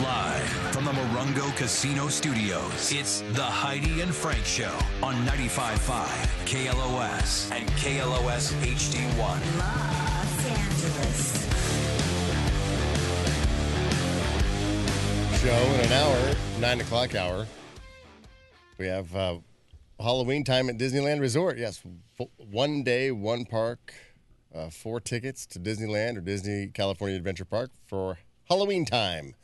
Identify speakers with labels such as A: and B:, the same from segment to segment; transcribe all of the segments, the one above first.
A: Live from the Morongo Casino Studios, it's the Heidi and Frank Show on 95.5 KLOS and KLOS HD1.
B: Los Angeles.
C: show in an hour, nine o'clock hour. We have uh, Halloween time at Disneyland Resort. Yes, f- one day, one park, uh, four tickets to Disneyland or Disney California Adventure Park for Halloween time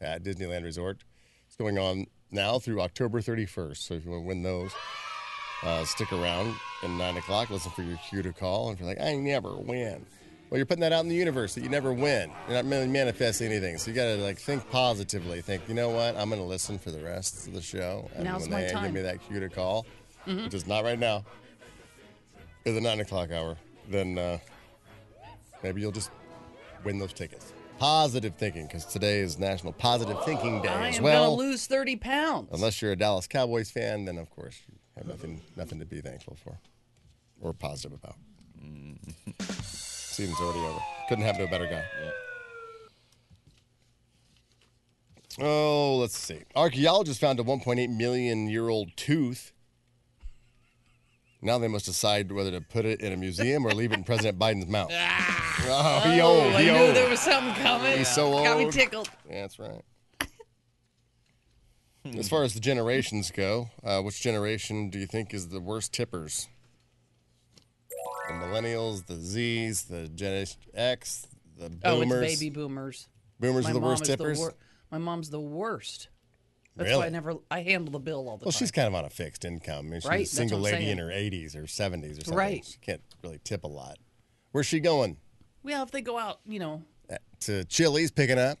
C: at Disneyland Resort. It's going on now through October 31st. So if you want to win those, uh, stick around at nine o'clock. Listen for your cue to call. And if you're like, I never win. Well, you're putting that out in the universe that you never win. You're not really manifesting anything. So you got to like think positively. Think, you know what? I'm going to listen for the rest of the show. And
D: Now's
C: when
D: my
C: they give
D: time. Mm-hmm.
C: me that cue to call, which is not right now, in the nine o'clock hour, then uh, maybe you'll just win those tickets. Positive thinking, because today is National Positive Thinking Day
D: I
C: as
D: am
C: well.
D: gonna lose thirty pounds.
C: Unless you're a Dallas Cowboys fan, then of course you have nothing nothing to be thankful for or positive about. Season's already over. Couldn't happen to a better guy. Oh, let's see. Archaeologists found a 1.8 million year old tooth. Now they must decide whether to put it in a museum or leave it in President Biden's mouth. Oh, he old.
D: I
C: He
D: knew
C: old.
D: there was something coming.
C: He's so
D: Got me
C: old.
D: tickled.
C: Yeah, That's right. as far as the generations go, uh, which generation do you think is the worst tippers? The millennials, the Zs, the Gen X, the boomers.
D: Oh, it's baby boomers.
C: Boomers are the
D: mom
C: worst
D: is
C: tippers.
D: wor- my mom's the worst. That's
C: really?
D: why I never I handle the bill all the
C: well,
D: time.
C: she's kind of on a fixed income. I mean, she's
D: Right,
C: a
D: that's what
C: single
D: I'm
C: lady
D: saying.
C: in her 80s or 70s or something.
D: Right.
C: She can't really tip a lot. Where's she going?
D: well, if they go out, you know,
C: Uh, To Chili's picking up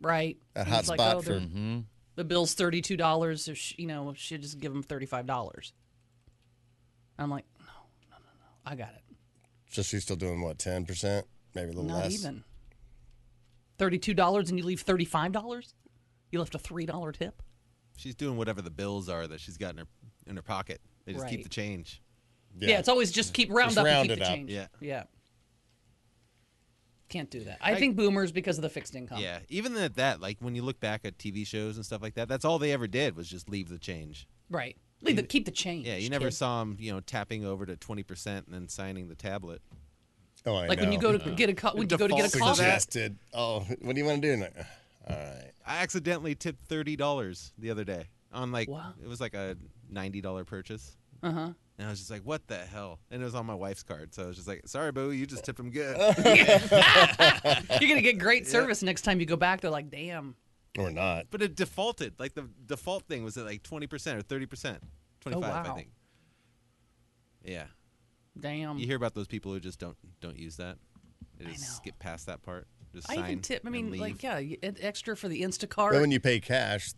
D: right?
C: that
D: and
C: hot
D: it's like,
C: spot
D: oh,
C: for
D: they're- the bill's thirty two dollars. If she, you know, she just give them thirty five dollars. I'm like, no, no, no, no. I got it.
C: so she's still doing what 10 percent, maybe a little
D: Not
C: less.
D: even. Thirty-two dollars, and you leave thirty-five dollars. You left a three-dollar tip.
E: She's doing whatever the bills are that she's got in her in her pocket. They just keep
D: Right.
E: the change.
D: Yeah, it's always just keep round
C: Just
D: up
C: round
D: and keep
C: it
D: the
C: up.
D: change.
E: Yeah.
D: yeah. Can't do that. I, think boomers because of the fixed income.
E: Yeah. Even at that, like when you look back at TV shows and stuff like that, that's all they ever did was just leave the change.
D: Right. Leave the, keep the change.
E: Yeah. You never
D: kid.
E: saw them, you know, tapping over to twenty percent and then signing the tablet.
C: Oh, I
D: Like when you
C: know.
D: go to get a co- when you go to get a
E: Defaults
D: coffee.
E: to that.
C: suggested. Oh, what do you want to do? And I- All right.
E: I accidentally tipped thirty dollars the other day on like
D: Wow.
E: it was like a ninety dollar purchase.
D: Uh huh.
E: And I was just like, what the hell? And it was on my wife's card. So I was just like, sorry, boo, you just tipped him good.
D: You're gonna get great service next time you go back. They're like, damn.
C: Or not.
E: But it defaulted. Like the default thing was at like twenty percent or thirty percent, twenty five,
D: Oh, wow.
E: I think. Yeah,
D: Damn.
E: you hear about those people who just don't don't use that. They
D: I
E: just
D: know.
E: skip past that part. Just
D: I
E: sign
D: even tip. I
E: and
D: mean,
E: leave.
D: like, yeah, you- an extra for the
C: But
D: Instacart.
C: when you pay cash,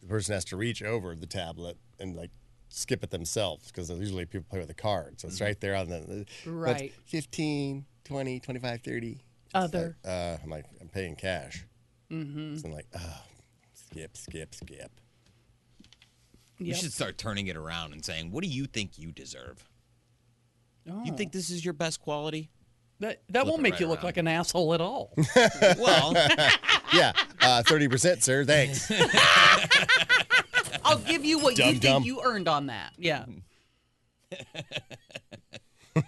C: the person has to reach over the tablet and like skip it themselves because usually people play with a card. So it's right there on the that's
D: Mm-hmm. Right.
C: 15, 20, 25, 30. It's
D: Other.
C: Like, uh, I'm like, I'm paying cash. Mm-hmm. So I'm like, oh, skip, skip, skip.
F: You
D: Yep.
F: should start turning it around and saying, "What do you think you deserve? You
D: Oh.
F: think this is your best quality?"
D: that that won't
F: it
D: make you
F: right
D: look
F: around.
D: like an asshole at all.
F: Well,
C: Yeah, uh, 30%, sir. Thanks.
D: I'll give you what
C: Dum
D: you
C: dum.
D: think you earned on that. Yeah.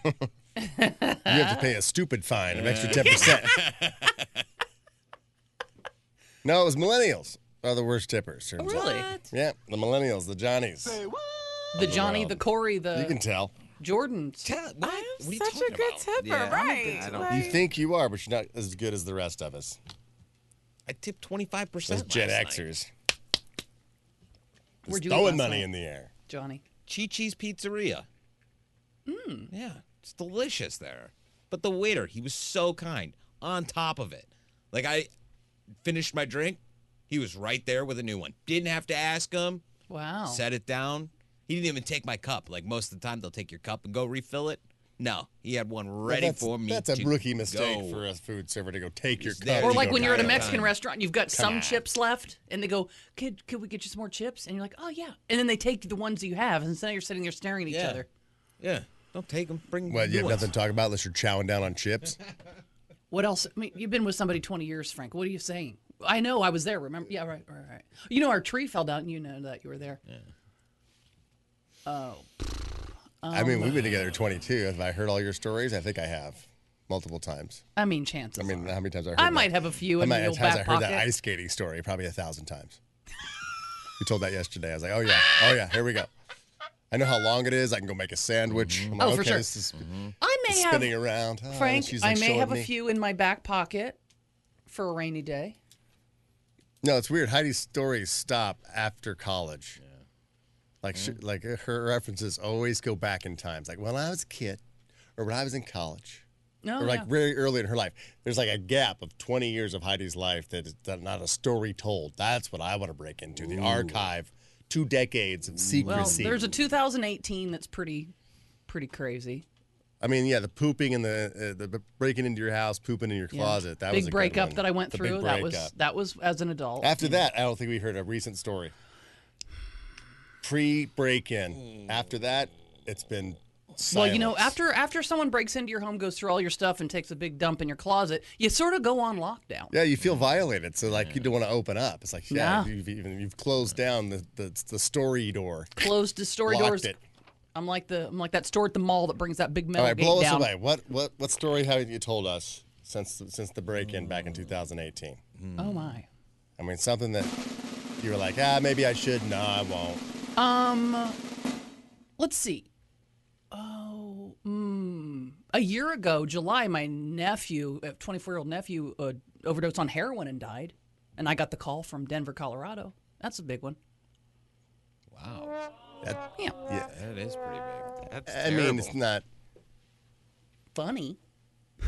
E: Oh,
C: You have to pay a stupid fine of extra ten percent. no, it was millennials are the worst tippers. turns out.
D: Really?
C: Yeah, the millennials, the Johnnies.
D: The Johnny,
C: Wow.
D: the Corey,
C: You can
D: the
C: tell.
D: Jordan.
F: tell, what, what are you
G: Such
F: talking
G: a good
F: about?
G: tipper,
E: Yeah.
G: right?
E: I don't-
G: Like,
C: You think you are, but you're not as good as the rest of us.
F: I tipped twenty five
C: Those
F: percent.
C: Gen Xers.
D: Where'd you eat last
C: Just throwing money
D: night?
C: in the air.
D: Johnny.
F: Chi Chi's Pizzeria.
G: Hmm.
F: Mm. Yeah, it's delicious there. But the waiter, he was so kind. On top of it, like I finished my drink, he was right there with a new one. Didn't have to ask him.
D: Wow.
F: set it down. He didn't even take my cup. Like most of the time, they'll take your cup and go refill it. No, he had one ready
C: that's,
F: for me.
C: That's a
F: to
C: rookie mistake
F: go.
C: for a food server to go take your
F: He's there.
C: cup.
D: Or
C: and
D: like
C: go
D: when you're at a
C: grab it.
D: Mexican restaurant, and you've got some
F: on.
D: chips left, and they go, "Kid, could we get you some more chips?" And you're like, "Oh yeah," and then they take the ones that you have, and so now you're sitting there staring at each
F: Yeah.
D: other.
F: Yeah, don't take them. Bring.
C: Well, you
F: new
C: have nothing
F: ones.
C: to talk about unless you're chowing down on chips.
D: What else? I mean, you've been with somebody 20 years, Frank. What are you saying? I know I was there. Remember? Yeah, right, right, right. You know, our tree fell down. You know that you were there.
C: I mean, we've been together 22. Have I heard all your stories? I think I have, multiple times.
D: I mean, chances.
C: I mean, how many times I heard?
D: I
C: that?
D: might have a few
C: How
D: in
C: many
D: the old
C: times
D: back
C: I heard
D: pocket.
C: that ice skating story? Probably a thousand times. you told that yesterday. I was like, oh yeah, oh yeah, here we go. I know how long it is. I can go make a sandwich. I'm like,
D: Oh, for
C: okay,
D: sure.
C: This is
D: I may have
C: spinning around. Oh,
D: Frank.
C: she's,
D: I
C: like,
D: may
C: showing
D: have a
C: me.
D: few in my back pocket for a rainy day.
C: No, it's weird. Heidi's stories stop after college. Like, she, like uh, her references always go back in times. Like when I was a kid, or when I was in college,
D: No,
C: or like
D: Oh, yeah.
C: very early in her life. There's like a gap of 20 years of Heidi's life that is that not a story told. That's what I want to break into the archive, two decades of
D: well,
C: secrecy.
D: there's a 2018 that's pretty, pretty crazy.
C: I mean, yeah, the pooping and the uh, the b- breaking into your house, pooping in your
D: Yeah.
C: closet. That
D: big
C: was a good
D: breakup
C: one.
D: that I went
C: The big
D: through. That was
C: breakup.
D: that was as an adult.
C: After that, I don't think we heard a recent story. Pre break in. After that, it's been. Silence.
D: well, you know, after after someone breaks into your home, goes through all your stuff, and takes a big dump in your closet, you sort of go on lockdown.
C: Yeah, you feel violated, so like you don't want to open up. It's like yeah,
D: Nah.
C: you've even you've closed down the the, the story door,
D: Closed the store
C: locked
D: doors.
C: it.
D: I'm like the I'm like that store at the mall that brings that big metal
C: All right,
D: gate
C: blow us
D: down.
C: away. What what what story haven't you told us since since the break in back in 2018?
D: Oh my.
C: I mean, something that you were like, ah, maybe I should. No, I won't.
D: Um, let's see. Oh, mm, a year ago, July, my nephew, 24 year old nephew, uh, overdosed on heroin and died. And I got the call from Denver, Colorado. That's a big one.
F: Wow.
C: That,
D: Yeah.
C: yeah,
F: That is pretty big.
E: That's
C: I
E: terrible.
C: mean, it's not.
D: Funny.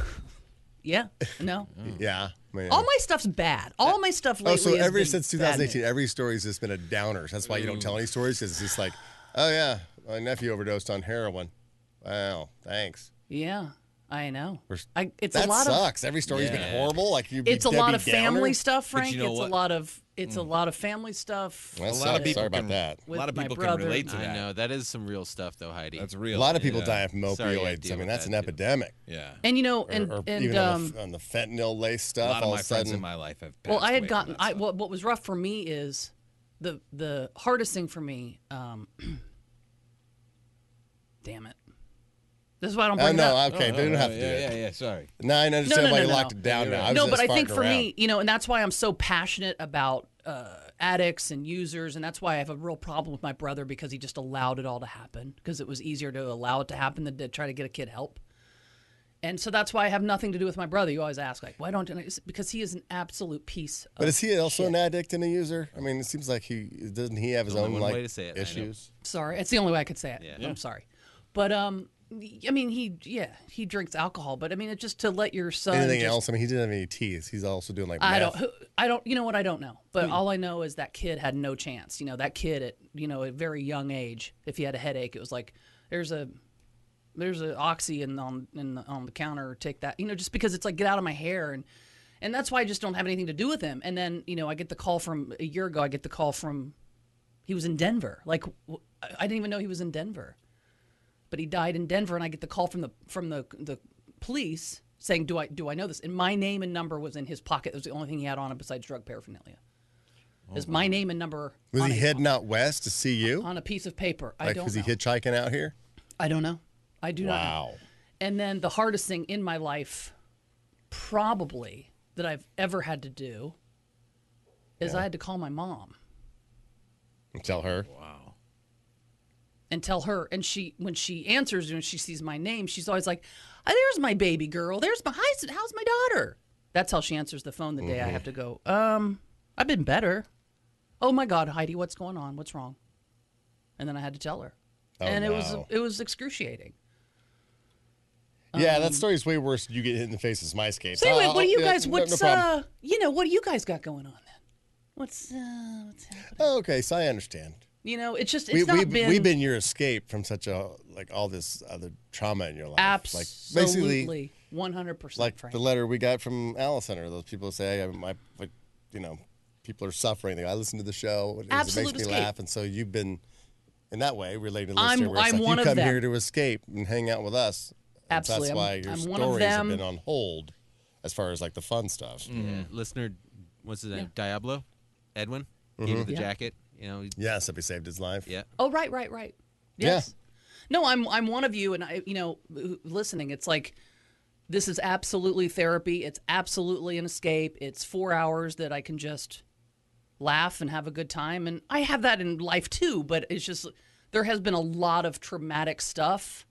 D: yeah. No.
C: Yeah, I mean,
D: All my stuff's bad. All my stuff lately.
C: Oh, so
D: has
C: every
D: been
C: since
D: bad
C: 2018,
D: news.
C: every story's just been a downer. That's why you don't tell any stories because it's just like, oh yeah, my nephew overdosed on heroin. Wow, thanks.
D: Yeah, I know.
C: We're-
D: I, it's
C: that
D: a lot of
C: sucks. every story's been
F: Yeah.
C: horrible. Like you.
D: it's a lot of family
C: stuff.
D: stuff, Frank.
F: you know
D: it's
F: what? Mm.
D: a lot of it's a lot of family stuff.
C: Well,
F: A
C: that
F: lot of
C: sucks.
F: people
C: Sorry about
F: can-
C: that.
F: A lot
D: With
F: of
D: my
F: people
D: brother.
F: can relate to that.
E: I know that is some real stuff, though, Heidi.
F: That's
C: A
F: real.
C: lot of people
F: yeah.
C: die from
E: Sorry, I
C: opioids. I
E: deal
C: mean,
E: with
C: that's
E: that,
C: an
E: too.
C: epidemic.
F: Yeah.
D: And you know,
C: Or-
D: and
C: or,
D: and
C: even on,
D: um,
C: the, on the fentanyl lace
F: A
C: stuff,
F: lot of
C: all
F: my
C: of a
F: friends in
C: sudden,
F: my life have.
D: well, I
F: passed
D: had
F: away from
D: gotten
F: that
D: I,
F: stuff.
D: what what was rough for me is the the hardest thing for me. Um, damn it, this is why I don't
C: Oh
D: bring it
C: no!
D: up.
C: Okay, they don't have to do
F: yeah,
C: it.
F: Yeah, yeah, sorry.
C: No, I understand
D: no,
C: why
D: no,
C: you
D: no.
C: locked it down. Now, I was
D: no,
C: just
D: but I think
C: farting
D: for
C: around.
D: me, you know, and that's why I'm so passionate about uh, addicts and users, and that's why I have a real problem with my brother because he just allowed it all to happen because it was easier to allow it to happen than to try to get a kid help. And so that's why I have nothing to do with my brother. You always ask, like, why don't you? It's because he is an absolute piece. Of
C: But is he also an addict and a user? I mean, it seems like he doesn't. He have his
E: Only
C: own
E: one
C: like
E: way to say it, I know.
C: issues.
D: Sorry, it's the only way I could say it. I'm sorry, but um, I mean, he yeah, he drinks alcohol, but I mean, it's just to let your son.
C: Anything
D: just-
C: else? I mean, he didn't have any teeth. He's also doing like
D: I don't.
C: meth.
D: who- I don't. You know what? I don't know. But all I know is that kid had no chance. You know that kid at you know a very young age. If he had a headache, it was like there's a there's a oxy in on in the, on the counter. Take that. You know just because it's like get out of my hair and and that's why I just don't have anything to do with him. And then you know I get the call from a year ago. I get the call from he was in Denver. Like w- I I didn't even know he was in Denver, but he died in Denver. And I get the call from the from the the police saying, "Do I do I know this?" And my name and number was in his pocket. That was the only thing he had on him besides drug paraphernalia. Is my name and number
C: Oh, Was
D: on,
C: he
D: a,
C: heading out west to see you?
D: on a piece of paper? I
C: Like,
D: don't
C: was
D: know.
C: he hitchhiking out here?
D: I don't know. I do not. know. And then the hardest thing in my life, probably that I've ever had to do, is I had to call my mom.
C: And Tell her.
D: and tell her. And she, when she answers and she sees my name, she's always like, "Ah, "There's my baby girl. There's my hi, how's my daughter?" That's how she answers the phone the day I
C: Mm-hmm.
D: have to go. Um, I've been better. Oh my God, Heidi, what's going on? What's wrong? And then I had to tell her,
C: Oh,
D: and it was
C: no.
D: it was excruciating.
C: Yeah, that story's way worse. than You get hit in the face as my case.
D: So anyway,
C: I'll-
D: Um, what do you
C: Uh, yeah,
D: guys?
C: no-
D: What's
C: no problem.
D: uh, you know, what do you guys got going on then? What's uh, what's happening?
C: Oh, okay, so I understand.
D: You know, it's just it's
C: we,
D: not
C: we've,
D: been.
C: we've been your escape from such a like all this other trauma in your life. Like basically,
D: absolutely one hundred
C: like
D: percent.
C: the letter we got from Allison or those people who say, I, my, like, you know, people are suffering. They go, I listen to the show. It,
D: Absolute
C: it makes me
D: escape.
C: laugh. And so you've been in that way related. To
D: I'm-
C: listener, where it's
D: I'm
C: like,
D: one
C: you
D: of
C: come
D: them.
C: here to escape and hang out with us. And
D: Absolutely,
C: That's
D: I'm-
C: why your
D: I'm one of
C: stories have
D: them.
C: been on hold as far as like the fun stuff.
E: Yeah, listener, what's his name? Diablo, Edwin,
C: Mm-hmm.
E: gave you the
D: Yeah.
E: jacket. You know, he-
C: Yes, if he saved his life.
E: yeah.
D: Oh, right, right, right.
C: Yeah.
D: Yes. No, I'm I'm one of you, and I, you know, listening. It's like this is absolutely therapy. It's absolutely an escape. It's four hours that I can just laugh and have a good time, and I have that in life too. But it's just there has been a lot of traumatic stuff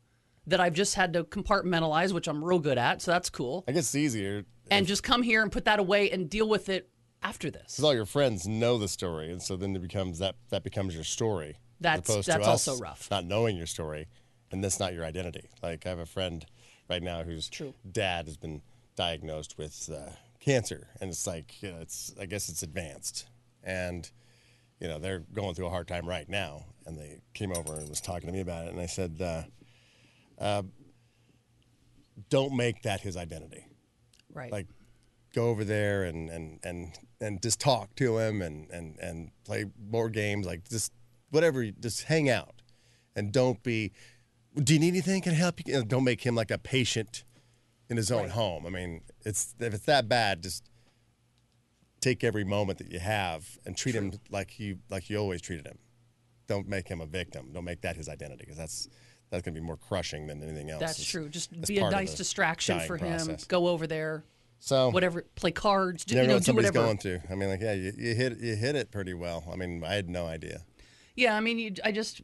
D: that I've just had to compartmentalize, which I'm real good at, so that's cool.
C: I guess it's easier
D: And just come here and put that away and deal with it after this.
C: because all your friends know the story, and so then it becomes that that becomes your story. as
D: That's-
C: opposed to
D: that's
C: us
D: also rough.
C: Not knowing your story, and that's not your identity. Like I have a friend right now whose
D: True.
C: dad has been diagnosed with uh, cancer, and it's like you know, it's I guess it's advanced, and you know they're going through a hard time right now. And they came over and was talking to me about it, and I said, uh, uh, "Don't make that his identity."
D: Right.
C: like go over there and and and and just talk to him and and and play board games like just whatever you- just hang out and don't be do you need anything can I help you You know, don't make him like a patient in his own home i mean it's if it's that bad just take every moment that you have and treat him like you like you always treated him don't make him a victim don't make that his identity because that's that's going to be more crushing than anything else
D: that's
C: It's-
D: true. Just
C: it's
D: be a
C: part of
D: nice
C: the
D: distraction
C: dying
D: for him.
C: process.
D: Go over there,
C: so
D: whatever play cards do,
C: Oh. you never
D: you know
C: know what
D: do
C: somebody's
D: whatever
C: going through. I mean, like, yeah, you, you hit you hit it pretty well. I mean, I had no idea.
D: yeah i mean you, i just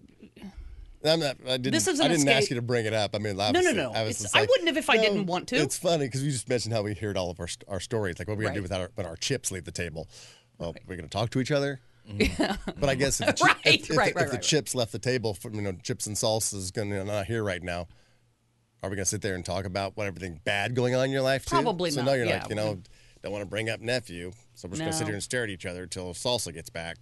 C: I'm not, I didn't.
D: This is
C: I
D: an
C: didn't ask
D: escape-
C: you to bring it up. I mean,
D: no
C: obviously,
D: no.
C: I, was
D: It's-
C: just
D: I
C: like,
D: wouldn't have if I
C: no,
D: didn't want to.
C: It's funny because we just mentioned how we heard all of our st- our stories. Like, what are we gonna do
D: Right.
C: without our, when our chips leave the table? Well, we're gonna talk to each other. But I guess if the, chi-
D: Right,
C: if, if the-
D: right, right,
C: if the
D: right, right.
C: chips left the table, for, you know, chips and salsa is gonna not here right now. Are we gonna sit there and talk about what everything bad going on in your life? too?
D: Probably
C: so
D: not,
C: So no, you're
D: yeah,
C: like,
D: we-
C: you know, don't want to bring up nephew, so we're just gonna sit
D: No.
C: here and stare at each other until salsa gets back.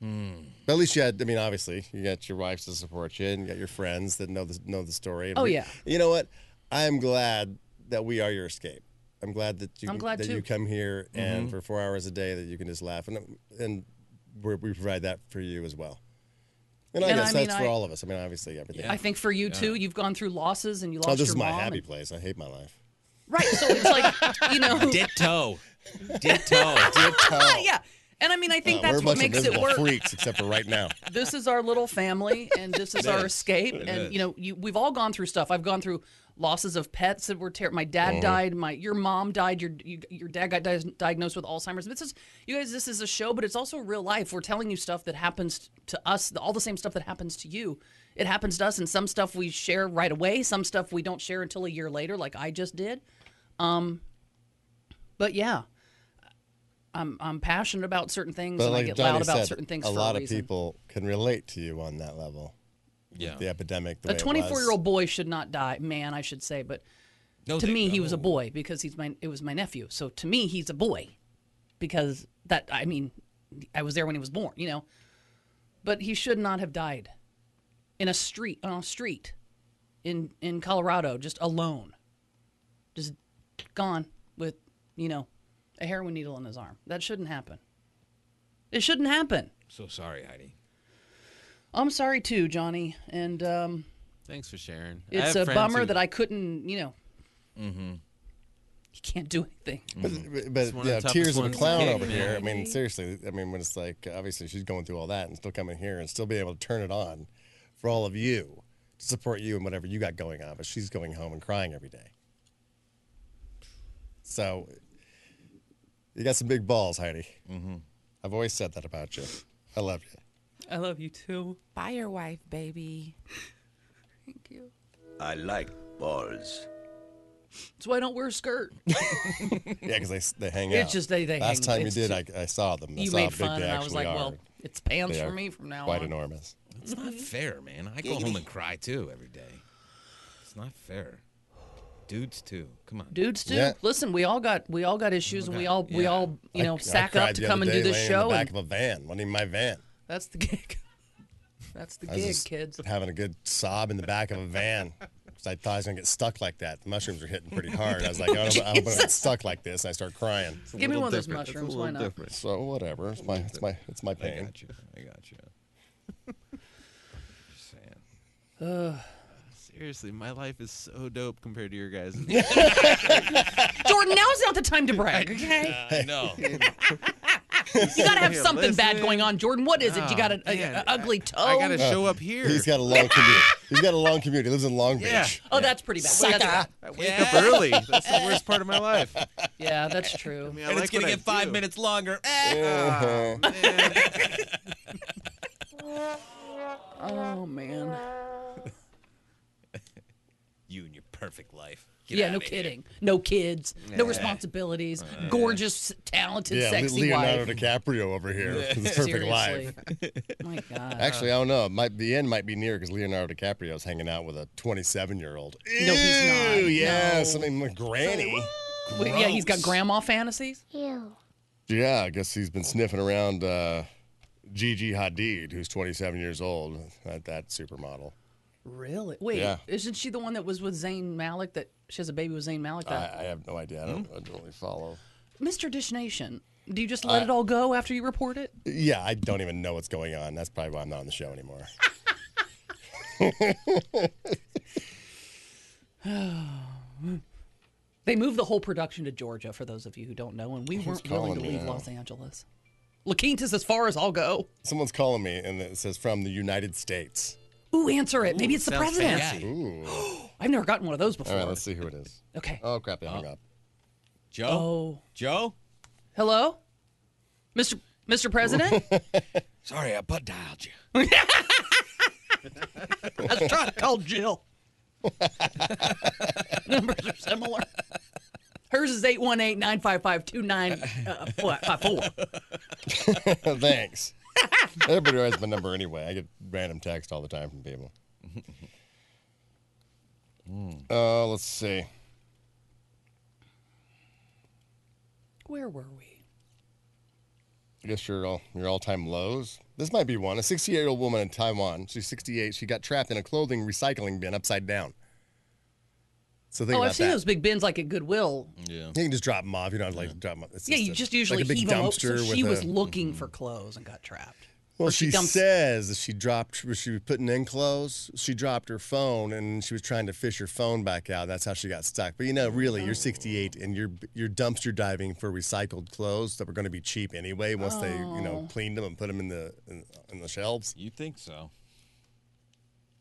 C: But at least you had. I mean, obviously, you got your wives to support you, and you got your friends that know the know the story. And
D: Oh,
C: we-
D: yeah.
C: You know what? I'm glad that we are your escape. I'm glad that you
D: I'm glad
C: that you
D: too.
C: come here and for four hours a day that you can just laugh and and we're, we provide that for you as well. And I
D: And I
C: guess
D: mean,
C: that's for
D: I-
C: all of us. I mean, obviously, everything.
D: i think for you too you've gone through losses and you lost
C: oh, this
D: your
C: is my
D: mom
C: happy
D: and-
C: place. I hate my life.
D: right so it's like you know
F: Ditto. Ditto.
D: yeah and i mean i think
C: Uh, we're a
D: that's
C: bunch
D: what
C: of
D: makes it
C: miserable
D: work
C: freaks, except for right now.
D: this is our little family and this is our escape and you know you, we've all gone through stuff i've gone through losses of pets that were terrible my
C: Mm-hmm.
D: dad died my your mom died your you, your dad got di- diagnosed with alzheimer's this is you guys this is a show but it's also real life we're telling you stuff that happens to us all the same stuff that happens to you it happens to us and some stuff we share right away some stuff we don't share until a year later like i just did um but yeah I'm, I'm passionate about certain things
C: But
D: and
C: like
D: I get
C: Johnny
D: loud about
C: said,
D: certain things
C: a
D: for
C: lot
D: a
C: of
D: reason.
C: people can relate to you on that level.
F: Yeah.
C: The epidemic. The
D: a 24 year old boy should not die man i should say but
F: No,
D: to
F: they-
D: me he was a
F: oh.
D: boy because he's my it was my nephew so to me he's a boy because that i mean i was there when he was born you know but he should not have died in a street on a street in in colorado just alone just gone with you know a heroin needle in his arm that shouldn't happen it shouldn't happen
F: So sorry, Heidi.
D: i'm sorry too johnny and um
E: Thanks for sharing. I
D: it's
E: have
D: a
E: friends
D: bummer
E: who-
D: that I couldn't, you know. Mm-hmm. You can't do anything.
C: But, but
E: one of
C: yeah,
E: the toughest
C: tears of a
E: ones to
C: clown
E: kick,
C: over
E: man.
C: here. I mean, seriously. I mean, when it's like, obviously, she's going through all that and still coming here and still being able to turn it on for all of you to support you and whatever you got going on. But she's going home and crying every day. So you got some big balls, Heidi. Mm-hmm. I've always said that about you. I love you.
D: I love you too.
G: Buy your wife, baby.
D: Thank you.
H: I like balls.
D: That's why I don't wear a skirt.
C: Yeah, because they, s- they hang out.
D: It's just they- they
C: Last
D: hang-
C: time you
D: it's
C: did, I, I saw them. I
D: you
C: saw how
D: made
C: big
D: fun,
C: they
D: and I was
C: actually
D: like,
C: are.
D: well, it's pants
C: They
D: for
C: are
D: me from now
C: quite
D: on.
C: enormous.
F: It's not
D: Mm-hmm.
F: fair, man. I go home and cry too every day. It's not fair. Dudes too. Come on.
D: Dudes do.
C: Yeah.
D: Listen, we all got we all got issues, and we all we
F: yeah.
D: all you know
C: I
D: sack
C: cried
D: up to
C: the
D: come
C: other
D: and do
C: day
D: this
C: laying
D: show,
C: In the back
D: and
C: of a van, wasn't even my van.
D: that's the gig. that's the
C: I was
D: gig,
C: just
D: kids.
C: having a good sob in the back of a van. 'Cause I thought I was gonna get stuck like that. The mushrooms were hitting pretty hard. I was like, I don't, I don't want to get stuck like this. And I start crying.
D: Give me
E: little
D: one of those
E: different. That's a
D: mushrooms.
E: little
D: Why not?
E: different.
C: So whatever. It's my, it's my, it's my
F: I
C: pain.
F: got you. I got you. Just saying.
E: seriously, my life is so dope compared to your guys'.
D: Jordan, now is not the time to brag, okay?
F: Uh, no.
D: You gotta have
E: Here,
D: something bad
E: listen.
D: going on, Jordan. What is it? You
E: Oh,
D: got an a,
E: man,
D: a ugly toe?
E: I gotta show up here.
C: He's got a long commute. He's got a long commute. He lives in Long Beach.
E: Yeah.
D: oh, that's pretty bad. Well, that's bad.
E: I wake up early. That's the worst part of my life. I
D: Yeah, that's true.
E: mean, I
F: and
E: like
F: it's gonna
E: what I
F: get five
E: do.
F: minutes longer. Eh.
C: Uh-huh.
D: Oh man.
F: You and your perfect life. Get
D: Yeah,
F: outta
D: no
F: here.
D: kidding. No kids, no responsibilities, gorgeous, talented,
C: Yeah, Le-
D: sexy
C: Leonardo
D: wife.
C: DiCaprio over here. with his perfect life.
D: Seriously. My God.
C: Actually, I don't know. It might the end might be near because Leonardo DiCaprio's hanging out with a 27 year old.
D: No, he's not.
C: Yeah,
D: No.
C: something like granny.
D: Wait, yeah, he's got grandma fantasies.
C: Yeah, I guess he's been sniffing around uh, Gigi Hadid, who's 27 years old. That, that supermodel.
D: Really? Wait,
C: Yeah.
D: isn't she the one that was with Zayn Malik? That she has a baby with Zayn Malik.
C: I,
D: That
C: I have no idea. I don't, I don't really follow.
D: Mr. Dish Nation. Do you
C: uh,
D: just let it all go after you report it?
C: Yeah, I don't even know what's going on. That's probably why I'm not on the show anymore.
D: They moved the whole production to Georgia, for those of you who don't know, and we weren't willing
C: calling
D: to
C: me
D: leave
C: now?
D: Los Angeles. La Quinta's as far as I'll go.
C: Someone's calling me and it says from the United States.
D: Ooh, answer it. Maybe
E: Ooh,
D: it's the
E: sounds
D: president.
E: fancy.
C: Ooh.
D: I've never gotten one of those before.
C: All right, let's see who it is.
D: okay.
C: Oh crap! They hung up.
F: Joe?
D: Oh.
F: Joe?
D: Hello? Mr. Mr. President?
F: Sorry, I butt dialed you.
D: I was trying to call Jill. Numbers are similar. Hers is 818 955 uh, 2954.
C: Thanks. Everybody writes my number anyway. I get random text all the time from people. Uh, let's see.
D: Where were we?
C: I guess your all your all time lows. This might be one. A 68 year old woman in Taiwan. She's 68. She got trapped in a clothing recycling bin upside down. So think
D: Oh,
C: about
D: I've seen
C: that.
D: those big bins like at Goodwill.
C: You can just drop them off. You don't have to, like drop them. Off. It's
D: Yeah, you
C: a-
D: just usually
C: like a big
D: heave them up. So
C: dumpster with
D: she was
C: a- Mm-hmm.
D: looking for clothes and got trapped.
C: Well,
D: Or
C: she,
D: dumps-
C: says that she dropped, she was putting in clothes. She dropped her phone, and she was trying to fish her phone back out. That's how she got stuck. But you know, really, you're 68, and you're you're dumpster diving for recycled clothes that were going to be cheap anyway. Once they, you
D: Oh.
C: know, cleaned them and put them in the in, in the shelves.
F: You think so?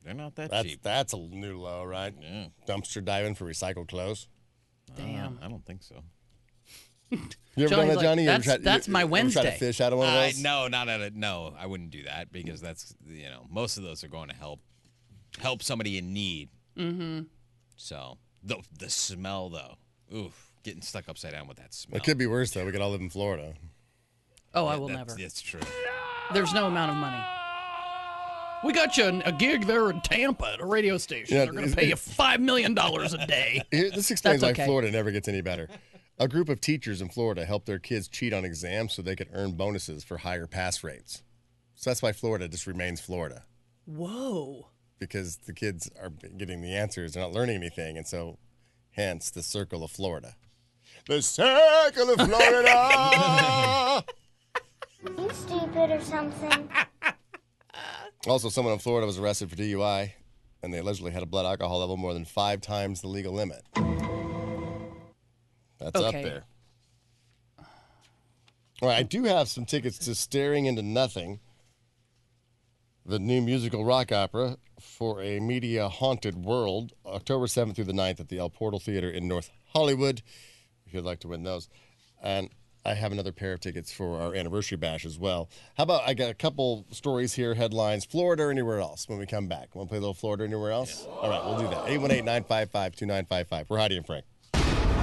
F: They're not that
C: That's
F: cheap.
C: that's a new low, right?
F: Yeah.
C: Dumpster diving for recycled clothes.
D: Damn.
F: Uh, I don't think so.
C: You ever
D: Johnny's
C: done that,
D: like,
C: Johnny? You ever
D: "That's-
C: tried- you-
D: that's my
C: you ever tried
D: Wednesday."
C: to fish out of one of
F: I,
C: those?
F: no, not at a no. I wouldn't do that because that's you know most of those are going to help help somebody in need. Mm-hmm. So the the smell though, oof, getting stuck upside down with that smell.
C: It could be worse though. We could all live in Florida.
D: Oh, I will
F: That's-
D: never.
F: It's true.
D: There's no amount of money. We got you an- a gig there in Tampa at a radio station.
C: Yeah,
D: They're going
C: it's-
D: to pay you $5 million a day.
C: Here- this explains
D: That's
C: why
D: okay.
C: Florida never gets any better. A group of teachers in Florida helped their kids cheat on exams so they could earn bonuses for higher pass rates. So that's why Florida just remains Florida
D: Whoa.
C: because the kids are getting the answers, they're not learning anything, and so hence the circle of Florida. The circle of Florida.
I: You stupid or something.
C: also, someone in Florida was arrested for DUI, and they allegedly had a blood alcohol level more than five times the legal limit. That's
D: Okay.
C: up there. All right, I do have some tickets to Staring into Nothing, the new musical rock opera for a media haunted world, October 7th through the 9th at the El Portal Theater in North Hollywood, if you'd like to win those. And I have another pair of tickets for our anniversary bash as well. How about I got a couple stories here, headlines, Florida or anywhere else when we come back? Want to play a little Florida or anywhere else? All right, we'll do that. 818 955 2955. We're Heidi and Frank.